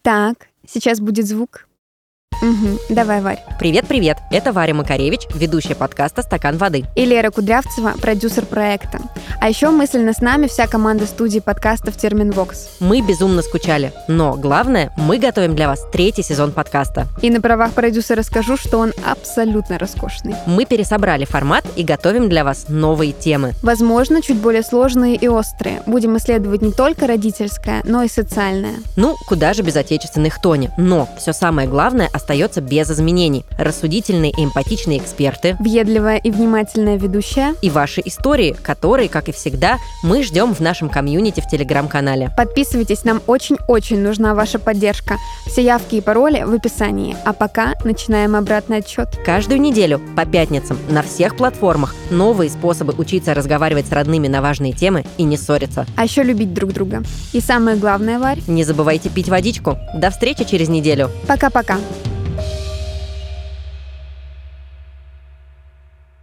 Так, сейчас будет звук. Мгм, давай, Варь. Привет-привет, это Варя Макаревич, ведущая подкаста «Стакан воды». И Лера Кудрявцева, продюсер проекта. А еще мысленно с нами вся команда студии подкастов «Терминвокс». Мы безумно скучали, но главное, мы готовим для вас третий сезон подкаста. И на правах продюсера скажу, что он абсолютно роскошный. Мы пересобрали формат и готовим для вас новые темы. Возможно, чуть более сложные и острые. Будем исследовать не только родительское, но и социальное. Ну, куда же без отечественных Тони. Но все самое главное остается без изменений. Рассудительные и эмпатичные эксперты Въедливая и внимательная ведущая. и ваши истории, которые, как и всегда, мы ждем в нашем комьюнити в Телеграм-канале. Подписывайтесь, нам очень-очень нужна ваша поддержка. Все явки и пароли в описании. А пока начинаем обратный отчет. Каждую неделю по пятницам на всех платформах новые способы учиться разговаривать с родными на важные темы и не ссориться. А еще любить друг друга. И самое главное, Варь, Не забывайте пить водичку. До встречи через неделю. пока-пока.